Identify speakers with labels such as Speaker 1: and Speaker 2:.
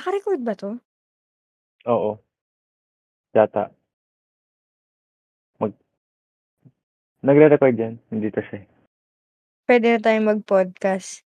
Speaker 1: Naka-record ba 'to?
Speaker 2: Oo. Yata. Mag Nagre-record 'yan, nandito siya, eh.
Speaker 1: Puwede na tayong mag-podcast.